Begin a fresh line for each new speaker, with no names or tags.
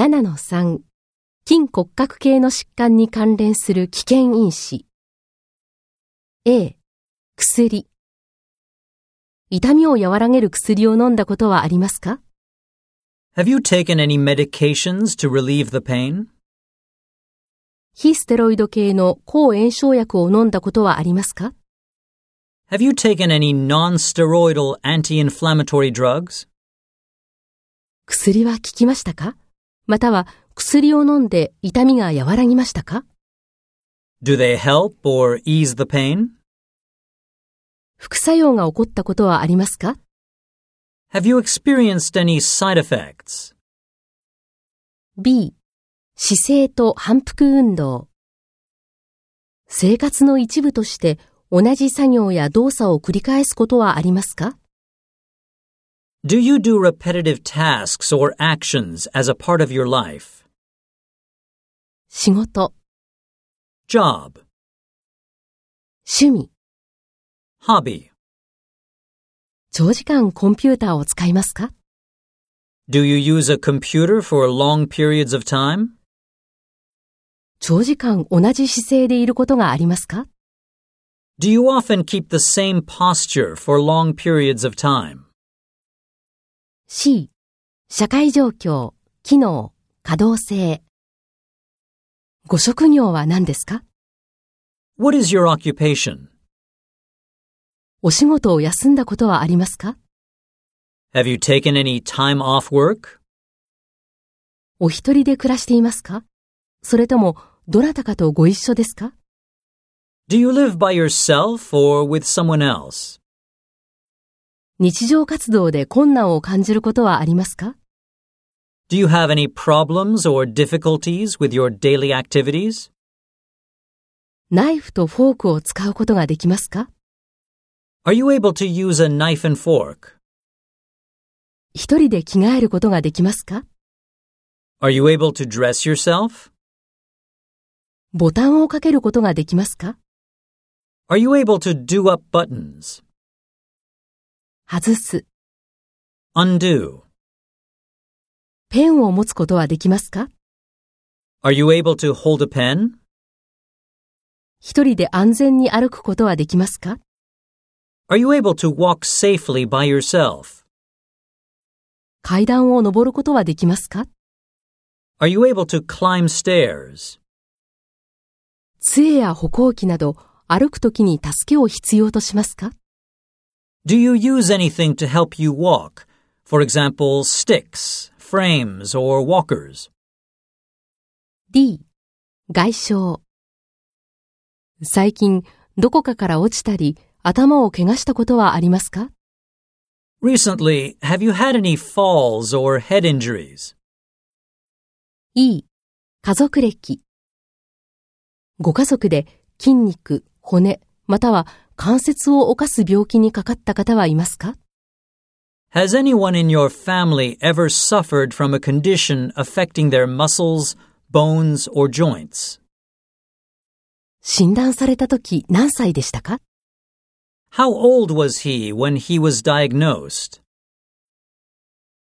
7-3筋骨格系の疾患に関連する危険因子 A 薬痛みを和らげる薬を飲んだことはありますか
Have you taken any medications to relieve the pain?
非ステロイド系の抗炎症薬を飲んだことはありますか
Have you taken any non-steroidal anti-inflammatory drugs?
薬は効きましたかまたは薬を飲んで痛みが和らぎましたか
Do they help or ease the pain?
副作用が起こったことはありますか
Have you experienced any side effects?
B、姿勢と反復運動。生活の一部として同じ作業や動作を繰り返すことはありますか
Do you do repetitive tasks or actions as a part of your life?
仕事、
Job,
趣味、
hobby.
長時間コンピューターを使いますか
Do you use a computer for long periods of time?
長時間同じ姿勢でいることがありますか
Do you often keep the same posture for long periods of time?
?C、社会状況、機能、可動性。ご職業は何ですか
What is your occupation?
お仕事を休んだことはありますか
Have you taken any time off work?
お一人で暮らしていますかそれとも、どなたかとご一緒ですか
Do you live by yourself or with someone else?
日常活動で困難を感じることはありますか
Do you have any problems or difficulties with your daily activities?
ナイフとフォークを使うことができますか
Are you able to use a knife and fork?
一人で着替えることができますか
Are you able to dress yourself?
ボタンをかけることができますか
Are you able to do up buttons?
外す。
Undo.
ペンを持つことはできますか
Are you able to hold a pen?
一人で安全に歩くことはできますか
Are you able to walk safely by yourself?
階段を登ることはできますか
Are you able to climb stairs?
杖や歩行器など歩くときに助けを必要としますか
Do you use anything to help you walk? For example, sticks, frames, or walkers.
D、外傷。最近、どこかから落ちたり、頭を怪我したことはありますか
Recently, have you had any falls or head injuries?
?E、家族歴。ご家族で筋肉、骨、または関節を犯す病気にかかった方はいますか
Has anyone in your family ever suffered from a condition affecting their muscles, bones, or joints?
診断された時何歳でしたか
How old was he when he was diagnosed?